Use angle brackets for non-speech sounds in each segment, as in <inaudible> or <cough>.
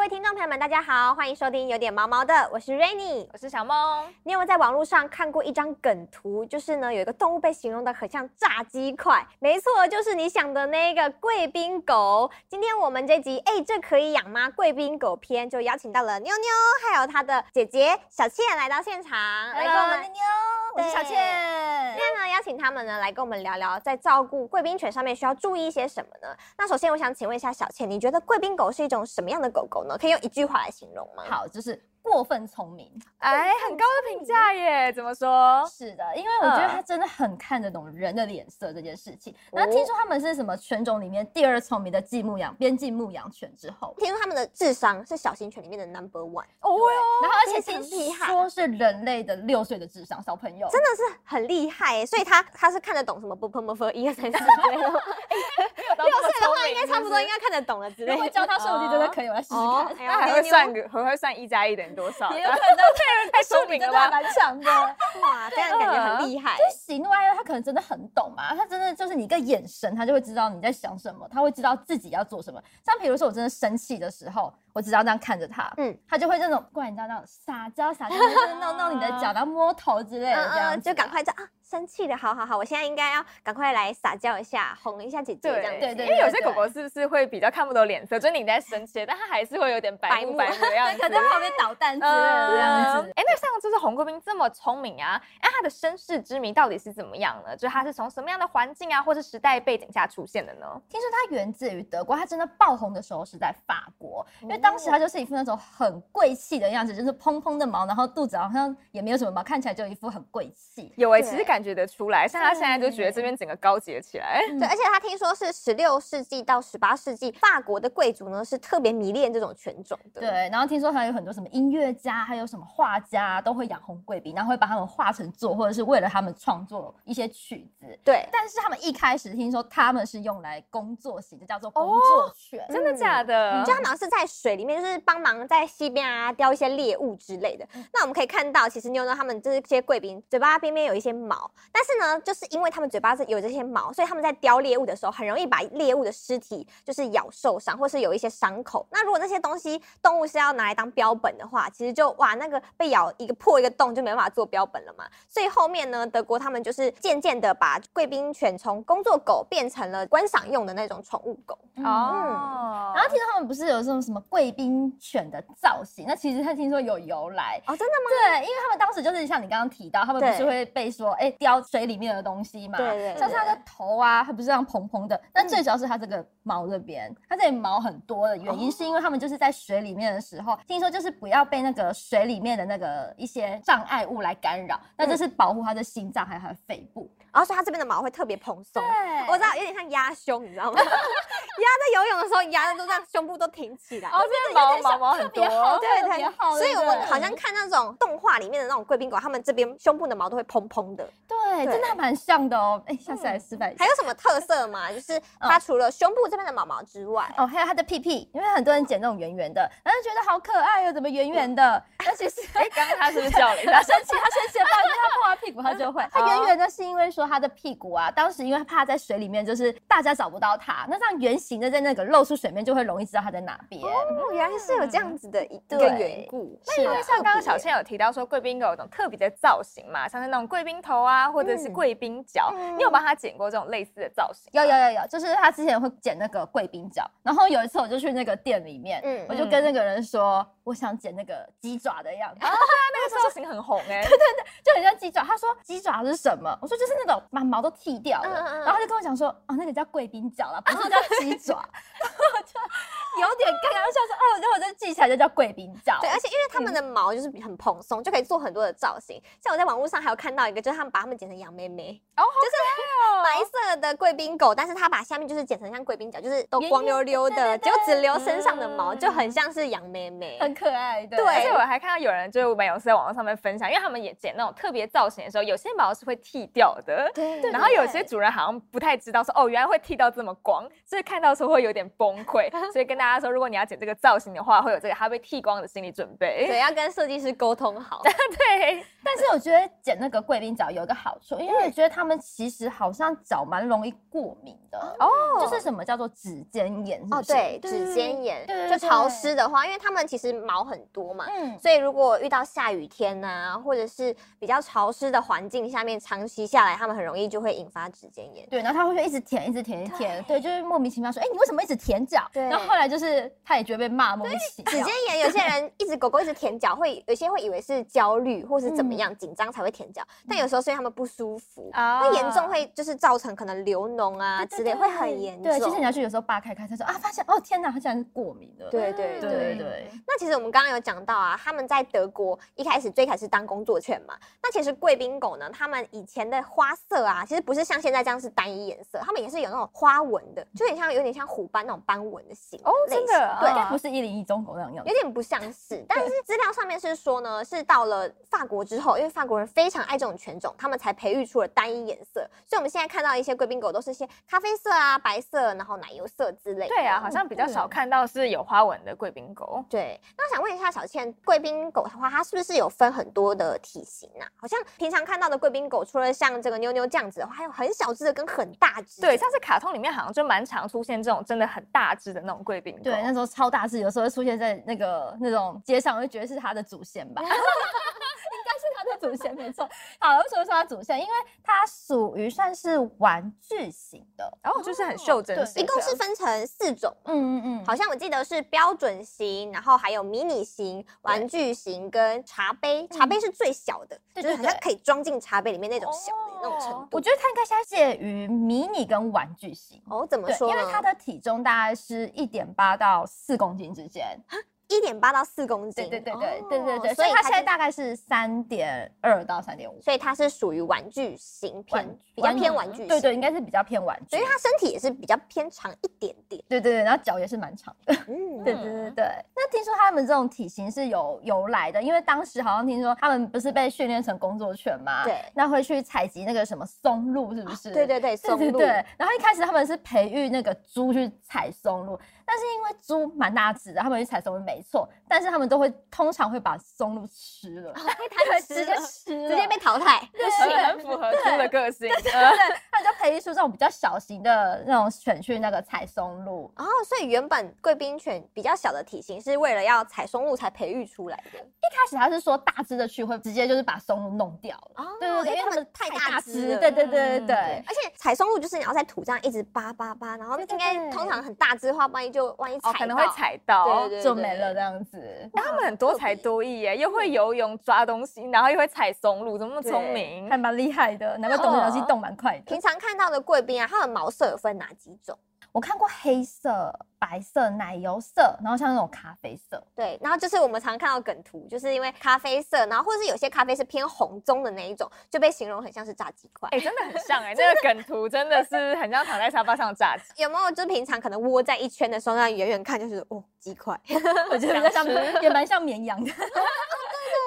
位听众朋友们，大家好，欢迎收听有点毛毛的，我是 Rainy。我是小梦，你有没有在网络上看过一张梗图？就是呢，有一个动物被形容的很像炸鸡块，没错，就是你想的那个贵宾狗。今天我们这集哎，这可以养吗？贵宾狗篇就邀请到了妞妞，还有她的姐姐小倩来到现场，啊来跟我们妞，我是小对倩今。天呢，邀请他们呢来跟我们聊聊，在照顾贵宾犬上面需要注意一些什么呢？那首先，我想请问一下小倩，你觉得贵宾狗是一种什么样的狗狗呢？可以用一句话来形容吗？，好，就是过分聪明。哎，很高的评价耶，怎么说？哦是的，因为我觉得嗯他真的很看得懂人的脸色这件事情。哦然后听说他们是什么犬种里面第二聪明的寄牧羊边境牧羊犬之后，听说他们的智商是小型犬里面的 number one，哦然后而非且常听厉害说是人类的六岁的智商小朋友，真的是很厉害欸耶，所以它它是看得懂什么 b p m f 一二三四之 <laughs> 类的吗。六六岁的话，应该差不多应该看得懂了之类如果的。教他设计真的可以，我来试 <laughs> 试哦哎看。那呀还妞会妞算个，还会算一加一等于多 <laughs> 少？也有可能对人太聪明了真的吧还蛮强的。 <laughs> 哇，这样感觉很厉害。就喜怒哀乐，他可能真的很懂嘛，他真的就是你一个眼神，他就会知道你在想什么，他会知道自己要做什么。像比如说我真的生气的时候，我只要这样看着他，嗯嗯，他就会那种，不然你知道那种撒娇 <laughs> 撒娇，就是弄弄你的脚，然后摸头之类的这样嗯子嗯，就赶。快这样啊，生气了，好好好，我现在应该要赶快来撒娇一下，哄一下姐姐这样子。对对因为有些狗狗是不是会比较看不懂脸色，就是你在生气，但它还是会有点白目白白目目的样对，子。可能在旁边捣蛋之类的 <laughs> 这样子嗯。哎、那像就是红贵宾这么聪明啊，哎，它的身世之谜到底是怎么样呢？就是它是从什么样的环境啊，或是时代背景下出现的呢？听说它源自于德国，它真的爆红的时候是在法国，因为当时它就是一副那种很贵气的样子，就是蓬蓬的毛，然后肚子好像也没有什么毛，看起来就一副很贵气。有哎、对其实感觉得出来，像它现在就觉得这边整个高级了起来。 <laughs> 对，而且他听说是十六世纪到十八世纪，法国的贵族呢是特别迷恋这种犬种的。对，，然后听说还有很多什么音乐家，还有什么画家都会养红贵宾，然后会把他们画成作，或者是为了他们创作一些曲子。对，但是他们一开始听说他们是用来工作型的，叫做工作犬。哦真的假的？就他们好像是在水里面，就是帮忙在溪边啊叼一些猎物之类的。那我们可以看到，其实妞妞他们这些贵宾嘴巴边边有一些毛，但是呢，就是因为他们嘴巴是有这些毛，所以他们在叼猎物的时候，很容易把猎物的尸体就是咬受伤，或是有一些伤口。那如果那些东西动物是要拿来当标本的话，其实就哇，那个被咬一个破一个洞就没办法做标本了嘛。所以后面呢，德国他们就是渐渐的把贵宾犬从工作狗变成了观赏用的那种宠物狗。嗯哦，然后听说他们不是有这种什么贵宾犬的造型，那其实他听说有由来。哦，真的吗？对，因为他们当时就是像你刚刚提到，他们对不是会被说，哎、叼水里面的东西嘛，对对对嗯像是它的头啊，它不是这样蓬蓬的，但最主要是它这个毛这边，它这里毛很多的哦原因是因为他们就是在水里面的时候，听说就是不要被那个水里面的那个一些障碍物来干扰，那嗯这是保护它的心脏还有它的肺部。然后所以它这边的毛会特别蓬松。对我知道有点像压胸，你知道吗？压在游泳的时候，压的都这样，胸部都挺起来。哦，这个毛毛毛很别好多，对特别好所以我对好像看那种动画里面的那种贵宾狗，它们这边胸部的毛都会蓬蓬的。对，对嗯真的还蛮像的哦。哎、下次来示范一下。还有什么特色吗？就是它除了胸部这边的毛毛之外，哦，还有它的屁屁，因为很多人剪那种圆圆的，然后就觉得好可爱哦，怎么圆圆的？那其实哎，刚刚他是不是叫了一他下？生气，他生气了，不然就是他碰他屁股，他就会。哦他圆圆的是因为说他的屁股啊，当时因为怕在水里面，就是大家找不到他，那这样圆形的在那个露出水面，就会容易知道他在哪边。哦，原来是有这样子的一一个对缘故。<laughs> 是因为啊像刚刚小倩有提到说，贵宾狗有种特别的造型嘛，像是那种贵宾头啊，或者是贵宾脚，嗯你有帮它剪过这种类似的造型吗？有有有有，就是他之前会剪那个贵宾脚，然后有一次我就去那个店里面，嗯我就跟那个人说，我想剪那个鸡爪的样子，那个造型很红 <laughs> 哎，就很像鸡爪。他说鸡爪是什么？我说就是那种把毛都剃掉了。嗯嗯嗯然后他就跟我讲说，哦，那个叫贵宾脚啦，不是叫鸡爪。哦然后我就有点尴尬，我想说，哦，然后我就记起来就叫贵宾脚。对，而且因为它们的毛就是很蓬松，就可以做很多的造型。像我在网络上还有看到一个，就是他们把它们剪成羊妹妹，哦，白色的贵宾狗，但是它把下面就是剪成像贵宾脚，就是都光溜溜圆的，圆的结对对对果只留身上的毛，嗯就很像是羊妹妹。很可爱的。对而且我还看到有人就是没有在网络上面分享，因为他们也剪那种特别造型的时候，有些毛是会剃掉的。对然后有对些主人好像不太知道说哦，原来会剃到这么光，所以看到的时候会有点崩 <laughs> 溃。所以跟大家说，如果你要剪这个造型的话，会有这个它被剃光的心理准备。对，要跟设计师沟通好。对，嗯但是我觉得剪那个贵宾脚有一个好处，因为我觉得他们其实好像上脚蛮容易过敏的，哦，就是什么叫做指尖炎？是不哦，是对，对指尖炎对对就对潮湿的话，因为它们其实毛很多嘛，嗯，所以如果遇到下雨天呐、或者是比较潮湿的环境下面，长期下来，它们很容易就会引发指尖炎。对，然后他会一直舔，一直舔，一直舔，对，就是莫名其妙说，哎，你为什么一直舔脚？对然后后来就是他也觉得被骂莫名其指妙尖。炎，有些 <laughs> 人一直狗狗一直舔脚，会有些会以为是焦虑或是怎么嗯样紧张才会舔脚，但有时候是因为它们不舒服，啊会严重会就是造成可能流脓啊哦对之类，会很严重。对，其实你要去有时候扒开看，他说啊，发现哦，天哪，他竟然是过敏的。对对对对对对，那其实我们刚刚有讲到啊，他们在德国一开始最开始当工作犬嘛。那其实贵宾狗呢，它们以前的花色啊，其实不是像现在这样是单一颜色，它们也是有那种花纹的，就有点像有点像虎斑那种斑纹的型哦类型真的对应该啊不是一零一中狗那样样有。点不像是，但是资料上面是说呢，是到了法国之后，因为法国人非常爱这种犬种，他们才培育出了单一颜色，所以我们现在看到一些贵宾狗都是一些咖啡色啊、白色，然后奶油色之类的。对啊，好像比较少看到是有花纹的贵宾狗。对，那我想问一下小倩，贵宾狗的话，它是不是有分很多的体型啊？好像平常看到的贵宾狗，除了像这个妞妞这样子的话，还有很小只的跟很大只的。对，像是卡通里面好像就蛮常出现这种真的很大只的那种贵宾狗。对，那时候超大只，有时候会出现在那个那种街上，我就觉得是他的祖先吧。应 <laughs> 该是他的祖先没错，好，为什么说他祖先？因为它属于算是玩具型的，然后就是很袖珍对型的，一共是分成四种。嗯嗯嗯，好像我记得是标准型，然后还有迷你型、玩具型跟茶杯，茶杯是最小的，对就是对好像对可以装进茶杯里面那种小的那种程哦度。我觉得它应该现在介于迷你跟玩具型。哦，怎么对，说因呢？为它的体重大概是一点八到四公斤之间。一点八到四公对斤，对对对对对哦对，所所以以它现在就大概是三点二到三点五，所以它是属于玩具型偏玩，比较偏玩具型。对对，应该是比较偏玩具所以。它身体也是比较偏长一点点。对对对，然后脚也是蛮长的。 <laughs> 嗯，对对对对。那听说他们这种体型是有由来的，因为当时好像听说他们不是被训练成工作犬嘛，对啊那会去采集那个什么松露，是不是？对对对，对松对露。对，然后一开始他们是培育那个猪去采松露，但是因为猪蛮大只的，他们去采松露没错，但是他们都会通常会把松露吃了，被贪哦吃直接了吃了，直接被淘汰。很很符合猪的个性。对，他们就培育出这种比较小型的那种犬去那个采松露。哦，所以原本贵宾犬比较小的体型是为了要采松露才培育出来的。一开始他是说大只的去会直接就是把松露弄掉了，哦对对对，因为他们太大大只只了。对对对对嗯对。而且采松露就是你要在土这样一直扒扒扒，然后对应对该对通常很大只的话，万一就万一踩哦，到可能会。踩对。到对对，就没了这样子，但他们很多才多艺耶，又会游泳抓东西，然后又会踩松露，怎么那么聪明还？蛮厉害的，难怪动的东西动蛮快的平。常看到的贵宾啊，它的毛色有分哪几种？我看过黑色、白色、奶油色，然后像那种咖啡色，对，然后就是我们常看到梗图，就是因为咖啡色，然后或者是有些咖啡是偏红棕的那一种，就被形容很像是炸鸡块。哎，真的很像哎，那个梗图真的是很像躺在沙发上炸鸡，有没有就是平常可能窝在一圈的时候，那远远看就是哦鸡块，我觉得比较像，也蛮像绵 <laughs> 羊的。对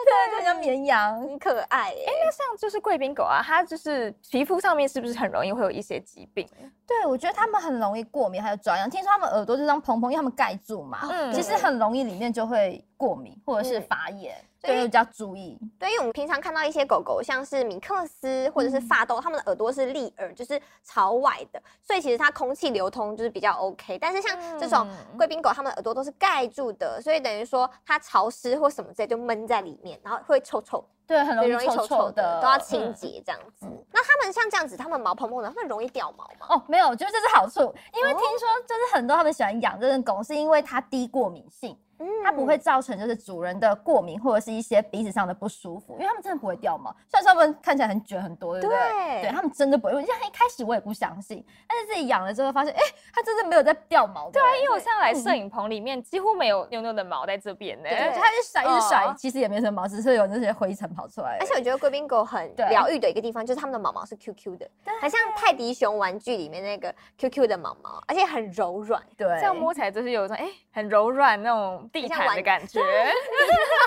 对对，像绵羊。很可爱耶、那像就是贵宾狗啊，它就是皮肤上面是不是很容易会有一些疾病？对，我觉得他们很容易过敏，还有抓痒。听说他们耳朵就这样蓬蓬，因为他们盖住哦嘛，嗯其实很容易里面就会过敏或者是发炎，对所以比较注意。对，因为我们平常看到一些狗狗，像是米克斯或者嗯是发豆，它们的耳朵是立耳，就是朝外的，所以其实它空气流通就是比较 OK。但是像这种嗯贵宾狗，它们的耳朵都是盖住的，所以等于说它潮湿或什么之类就闷在里面，然后会臭臭，对，很容很易臭臭的，都要嗯清洁这样子。那它们像这样子，它们毛蓬蓬的，它们容易掉毛吗？哦，没有，我觉得这是好处，因为听说就是很多他们喜欢养这种狗，是因为它低过敏性，嗯，它不会造成就是主人的过敏或者是一些鼻子上的不舒服，因为他们真的不会掉毛。虽然说他们看起来很卷很多，对不对对？对，他们真的不会。因为一开始我也不相信，但是自己养了之后发现，哎，它真的没有在掉毛的。欸对啊，因为我对上来摄影棚里面几乎没有妞妞的毛在这边呢。对，对它一直甩，一直甩哦，其实也没什么毛，只是有那些灰尘跑出来。而且我觉得贵宾狗很对疗愈的一个地方，就是它们的毛毛是 QQ 的，很像泰迪熊玩具里面那个 QQ 的毛毛，而且很柔软。对，这样摸起来就是有一种哎、很柔软那种地很像毯玩的具感觉。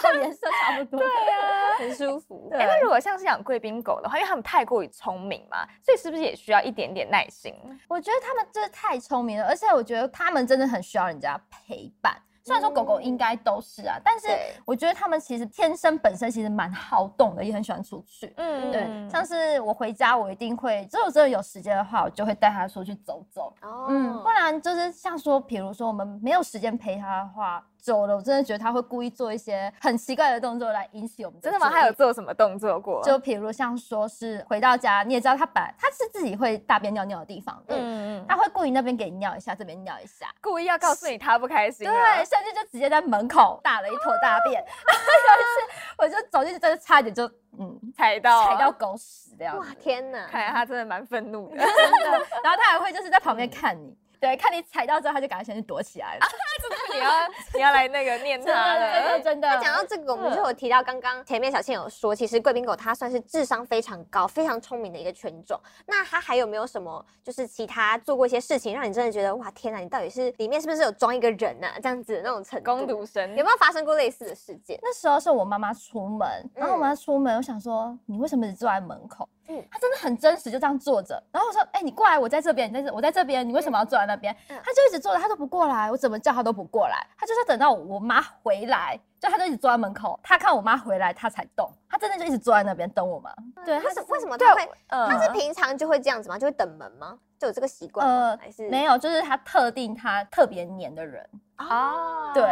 到颜色差不多。 <laughs> 对啊，很舒服。哎、那如果像是养贵宾狗的话，因为它们太过于聪明嘛，所以是不是也需要一点点耐心？我觉得他们真的太聪明了，而且我觉得他们真的很需要人家陪伴。虽然说狗嗯狗应该都是啊，但是对我觉得它们其实天生本身其实蛮好动的，也很喜欢出去。嗯对，像是我回家，我一定会，只有真的有时间的话，我就会带它出去走走。哦，嗯，不然就是像说，比如说我们没有时间陪它的话，久了我真的觉得它会故意做一些很奇怪的动作来引起我们真的吗？注意他有做什么动作过？就比如像说是回到家，你也知道它本来它是自己会大便尿尿的地方，嗯，嗯，它会故意那边给你尿一下，这边尿一下，故意要告诉你他不开心啊。对，甚至就直接在门口大了一坨大便。然后有一次，我就走进去，真的差一点就嗯踩到踩到，狗屎这样哇子，天哪，看来他真的蛮愤怒的。真的。然后它还会就是在旁边看你，对，看你踩到之后，它就赶快先去躲起来了。你要你要来那个念真他的，真了的，。真的。那讲到这个，我嗯们就有提到刚刚前面小倩有说，其实贵宾狗它算是智商非常高、非常聪明的一个犬种。那它还有没有什么就是其他做过一些事情，让你真的觉得哇天哪，你到底是里面是不是有装一个人呐、啊？这样子的那种程度？攻读生有没有发生过类似的事件？那时候是我妈妈出门，然后我妈出门，我想说你为什么只坐在门口？嗯嗯，她真的很真实，就这样坐着。然后我说，哎、你过来，我在这边，你在这，我在这边，你为什么要坐在那边？嗯她就一直坐着，她都不过来，我怎么叫她都不过来，她就是等到我妈回来，就她就一直坐在门口，她看我妈回来，她才动，她真的就一直坐在那边等我妈。对，她为是什为什么对它会？嗯它是哦平常就会这样子吗？就会等门吗？就有这个习惯吗？还是呃没有，就是她特定她特别黏的人，啊哦对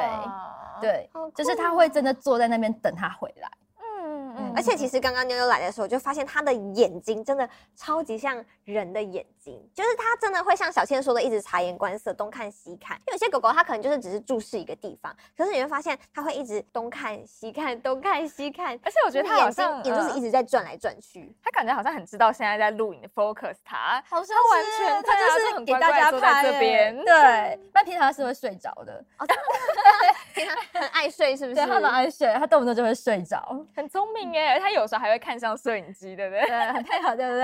对，对，好就是酷哦她会真的坐在那边等她回来。嗯嗯而且其实刚刚妞妞来的时候，我就发现她的眼睛真的超级像人的眼睛，就是她真的会像小倩说的，一直察言观色，东看西看。有些狗狗它可能就是只是注视一个地方，可是你会发现它会一直东看西看，东看西看。而且我觉得他好眼睛像嗯也就是一直，直在转来转去。他感觉好像很知道现在在录影的 focus 他。好像他完是全他对啊就就是很给乖大乖家坐在拍这欸边 <laughs> 对，那平常是会睡着的，哦，真的吗平常很爱睡是不是？对，他蛮爱睡，他动不动就会睡着，很聪明哎，而且他有时候还会看向摄影机，对不对？对，很配合，对不对？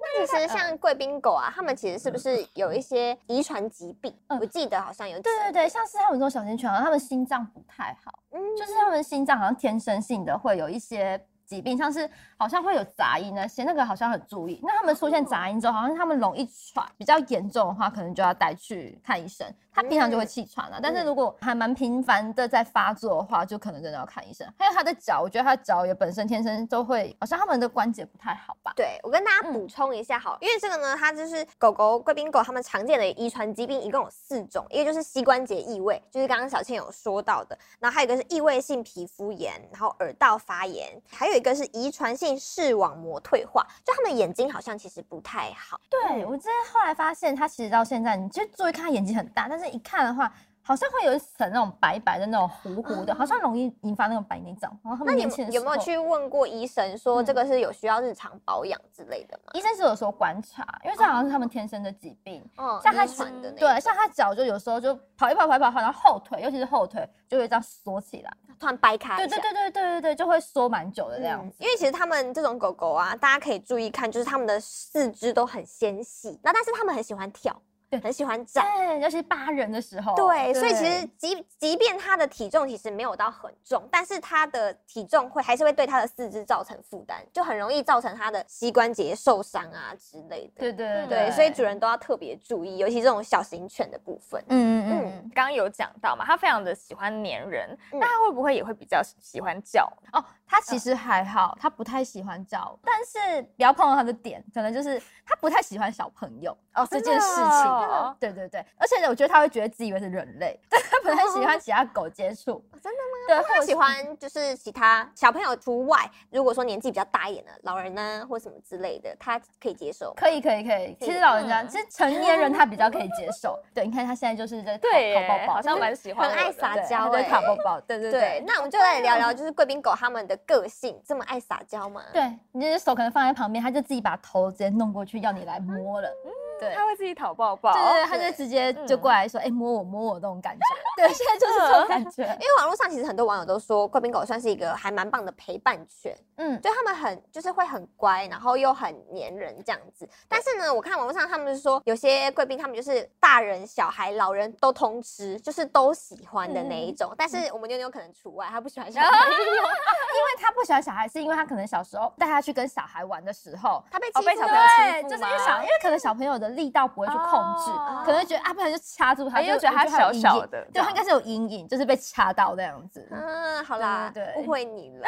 那其实嗯像贵宾狗啊，它们其实是不是有一些遗传疾病？我记得好像有。嗯对对对，，像是他们这种小型犬，好像他们心脏不太好，嗯就是他们心脏好像天生性的会有一些。疾病像是好像会有杂音那些，那个好像很注意。那他们出现杂音之后，好像他们容易喘，比较严重的话，可能就要带去看医生。他平常就会气喘了、啊但是如果还蛮频繁的在发作的话，就可能真的要看医生。还有他的脚，我觉得他的脚也本身天生都会，好像他们的关节不太好吧。对，我跟大家嗯补充一下好了，因为这个呢，它就是狗狗贵宾狗它们常见的遗传疾病，一共有四种，一个就是膝关节异位，就是刚刚小倩有说到的，然后还有一个是异位性皮肤炎，然后耳道发炎，还有一个是遗传性视网膜退化，就它们眼睛好像其实不太好。对，我真的后来发现，他其实到现在，你就注意看他眼睛很大，但是一看的话，好像会有一层那种白白的那种糊糊的，好像容易引发那种白内障。然后他哦那们你年有轻的有没有时候？去问过医生说嗯这个是有需要日常保养之类的吗？医生是有说观察，因为这好像是他们天生的疾病。哦，像它遗传的那对，啊种像他脚就有时候就跑一跑，跑一跑，然后后腿，尤其是后腿就会这样缩起来。突然掰开一下，对对对对对对对，就会缩蛮久的这样嗯子。因为其实他们这种狗狗啊，大家可以注意看，就是它们的四肢都很纤细，那但是它们很喜欢跳，对哦很喜欢站。对，尤其是扒人的时候。对，所以其实即即便它的体重其实没有到很重，但是它的体重会还是会对它的四肢造成负担，就很容易造成它的膝关节受伤啊之类的。对对对对，所以主人都要特别注意，尤其这种小型犬的部分。嗯嗯嗯嗯。刚刚有讲到嘛，他非常的喜欢黏人，嗯那他会不会也会比较喜欢叫？哦，他其实还好，他不太喜欢叫，但是不要碰到他的点，可能就是他不太喜欢小朋友哦这真件的事情。哦对对对，而且我觉得他会觉得自己以为是人类， <laughs> 但他不太喜欢其他狗接触。真的吗？对，他或喜喜欢。欢就是其他小朋友除外，如果说年纪比较大一点的老人呢、或什么之类的，他可以接受吗。可以可以可以，其实老人家，嗯其实成年人他比较可以接受。对，你看他现在就是在讨对耶，讨抱抱，好像蛮喜欢我很的，爱撒对娇他在欸讨抱抱，对对对对，。啊那我们就来聊聊，就是贵宾狗它们的个性，这么爱撒娇吗？，对，你的手可能放在旁边，他就自己把头直接弄过去要你来摸了。对，他会自己讨抱抱。哦对对，对他就直接就过来说，哎、摸我摸我这种感觉。对，现在就是这种感觉。因为网络上其实很多网友都说，贵宾狗算是一个还蛮棒的陪伴犬，嗯，就它们很就是会很乖，然后又很粘人这样子。但是呢，我看网络上他们说，有些贵宾他们就是大人、小孩、老人都通吃，就是都喜欢的那嗯一种。但是我们妞妞可能除外，她不喜欢哦小孩， <laughs> 因为他不喜欢小孩，是因为他可能小时候带他去跟小孩玩的时候。她被哦欺被负小朋友了欺对，负就是因吗为小，因为可能小朋友的力道不会去控制，哦可能会觉得啊，不然就掐住他，哎又就觉得他就很小小硬的对，就它应该是有阴影，就是被掐到那样子。嗯，好啦对对，对误会你了。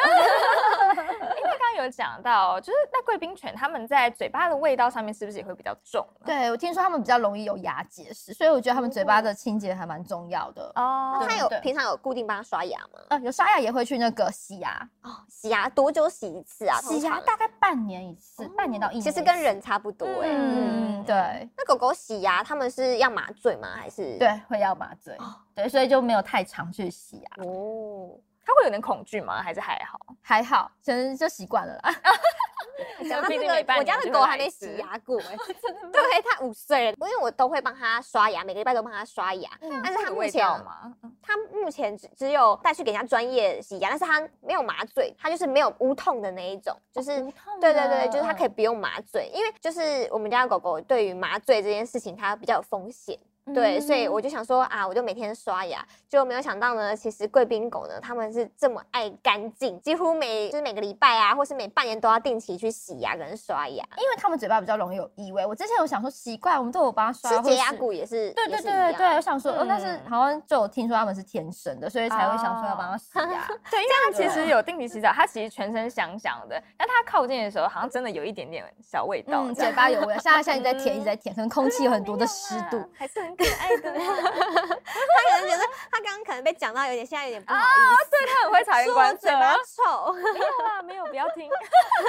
刚刚有讲到，哦就是那贵宾犬它们在嘴巴的味道上面是不是也会比较重呢？对，我听说他们比较容易有牙结石，所以我觉得他们嘴巴的清洁还蛮重要的。哦那对他有嗯对平常有固定帮他刷牙吗？呃，有刷牙也会去那个洗牙，哦，洗牙多久洗一次啊？洗牙哦通常大概半年一次，半年到一年一哦其次。实跟人差不多哎、嗯，嗯，对那狗狗洗牙，他们是要麻醉吗？还是？对，啊会要麻醉，对，所以就没有太常去洗牙， <laughs> 哦，它会有点恐惧吗？还是还好？还好，可能就习惯了啦。讲到毕这竟每个，半我家年的就狗会还来一没次洗牙过 <laughs> 哎、真的？对，它五岁了，因为我都会帮它刷牙，每个礼拜都帮它刷牙。嗯但是它会有目味前道吗？它目前只只有带去给人家专业洗牙，但是它没有麻醉，它就是没有无痛的那一种，就是哦无 <laughs> 痛对对的对，就是它可以嗯不用麻醉，因为就是我们家的狗狗对于麻醉这件事情它比较有风险。对，所以我嗯就想说啊，我就每天刷牙，就没有想到呢，其实贵宾狗呢，它们是这么爱干净，几乎每就是每个礼拜啊，或是每半年都要定期去洗牙跟刷牙，因为他们嘴巴比较容易有异味。我之前有想说奇怪，我们都有帮他刷，吃或者洁牙是骨也是，对也对是一对对样啊对，我想说，哦，但是嗯好像就有听说他们是天生的，所以才会想哦说要帮他洗 <laughs> 啊牙。对，因为它对其实有定期洗澡，它其实全身香香的，但它靠近的时候好像真的有一点点小味道嗯，这样。嘴巴有 <laughs> 味，像它现在一直在嗯舔，一直在舔，可能空气有很多的湿嗯度。，还是很可爱 <laughs> 的。它可能觉得它刚刚可能被讲到有点，现在有点不好意对，它很会察啊思，言说我观嘴色。巴臭，没有啦，没有，不要听。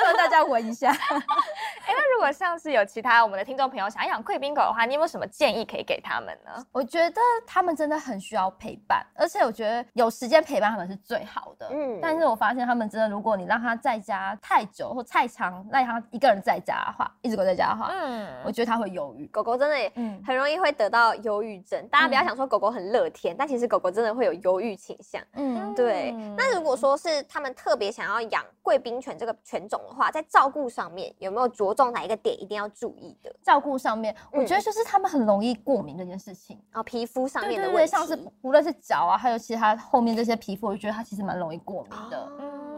让大家闻一下。哎、那如果像是有其他我们的听众朋友想要养贵宾狗的话，你有没有什么建议可以给他们呢？ <laughs> 我觉得他们真的很需要陪伴，而且我觉得有时间陪伴他们是最好的。嗯嗯，但是我发现他们真的，如果你让他在家太久或太长，让他一个人在家的话，一直狗在家的话，嗯，我觉得他会忧郁。狗狗真的也嗯，很容易会得到忧郁症。大家不要嗯想说狗狗很乐天，但其实狗狗真的会有忧郁倾向。嗯，对，那如果说是他们特别想要养贵宾犬这个犬种的话，在照顾上面有没有着重哪一个点一定要注意的？照顾上面，我觉得嗯就是他们很容易过敏这件事情。然后皮肤上对面对的对，问题，像是无论是脚啊，还有其他后面这些皮肤，我觉得它其实蛮容易过敏的。哦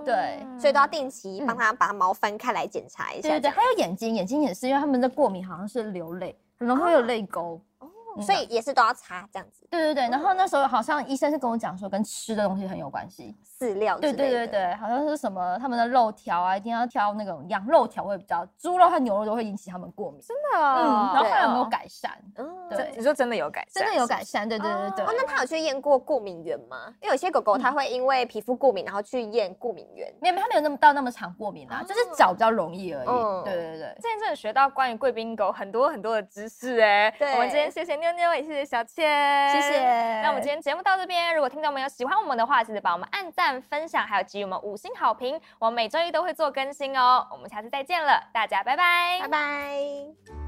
对所以都要定期帮嗯它把毛翻开来检查一下。对对对，还有眼睛，眼睛也是，因为他们的过敏好像是流泪，很容易会哦有泪沟。哦对所以也是都要擦这样子，对对对，哦然后那时候好像医生是跟我讲说，跟吃的东西很有关系。饲料之对类的。对对对，好像是什么他们的肉条啊，一定要挑那种羊肉条会比较，猪肉和牛肉都会引起他们过敏。真的哦、嗯，然后后来有没有对？改善？嗯对真你说真的有改善？真的有是改善，对对对对哦，对。那它有去验过过敏源吗？因为有些狗狗它会因为皮肤过敏，然后去验过敏源。没有，没有他没有那么到那么常过敏啦，就是脚比较容易而嗯已。对对对不是。今天真的学到关于贵宾狗很多很多的知识哎、对我们今天谢谢妞妞，也谢谢小倩，谢谢那我们今天节目到这边，如果听众朋友喜欢我们的话，记得帮我们按赞、分享，还有给予我们五星好评。我们每周一都会做更新哦。我们下次再见了，大家拜拜，拜拜。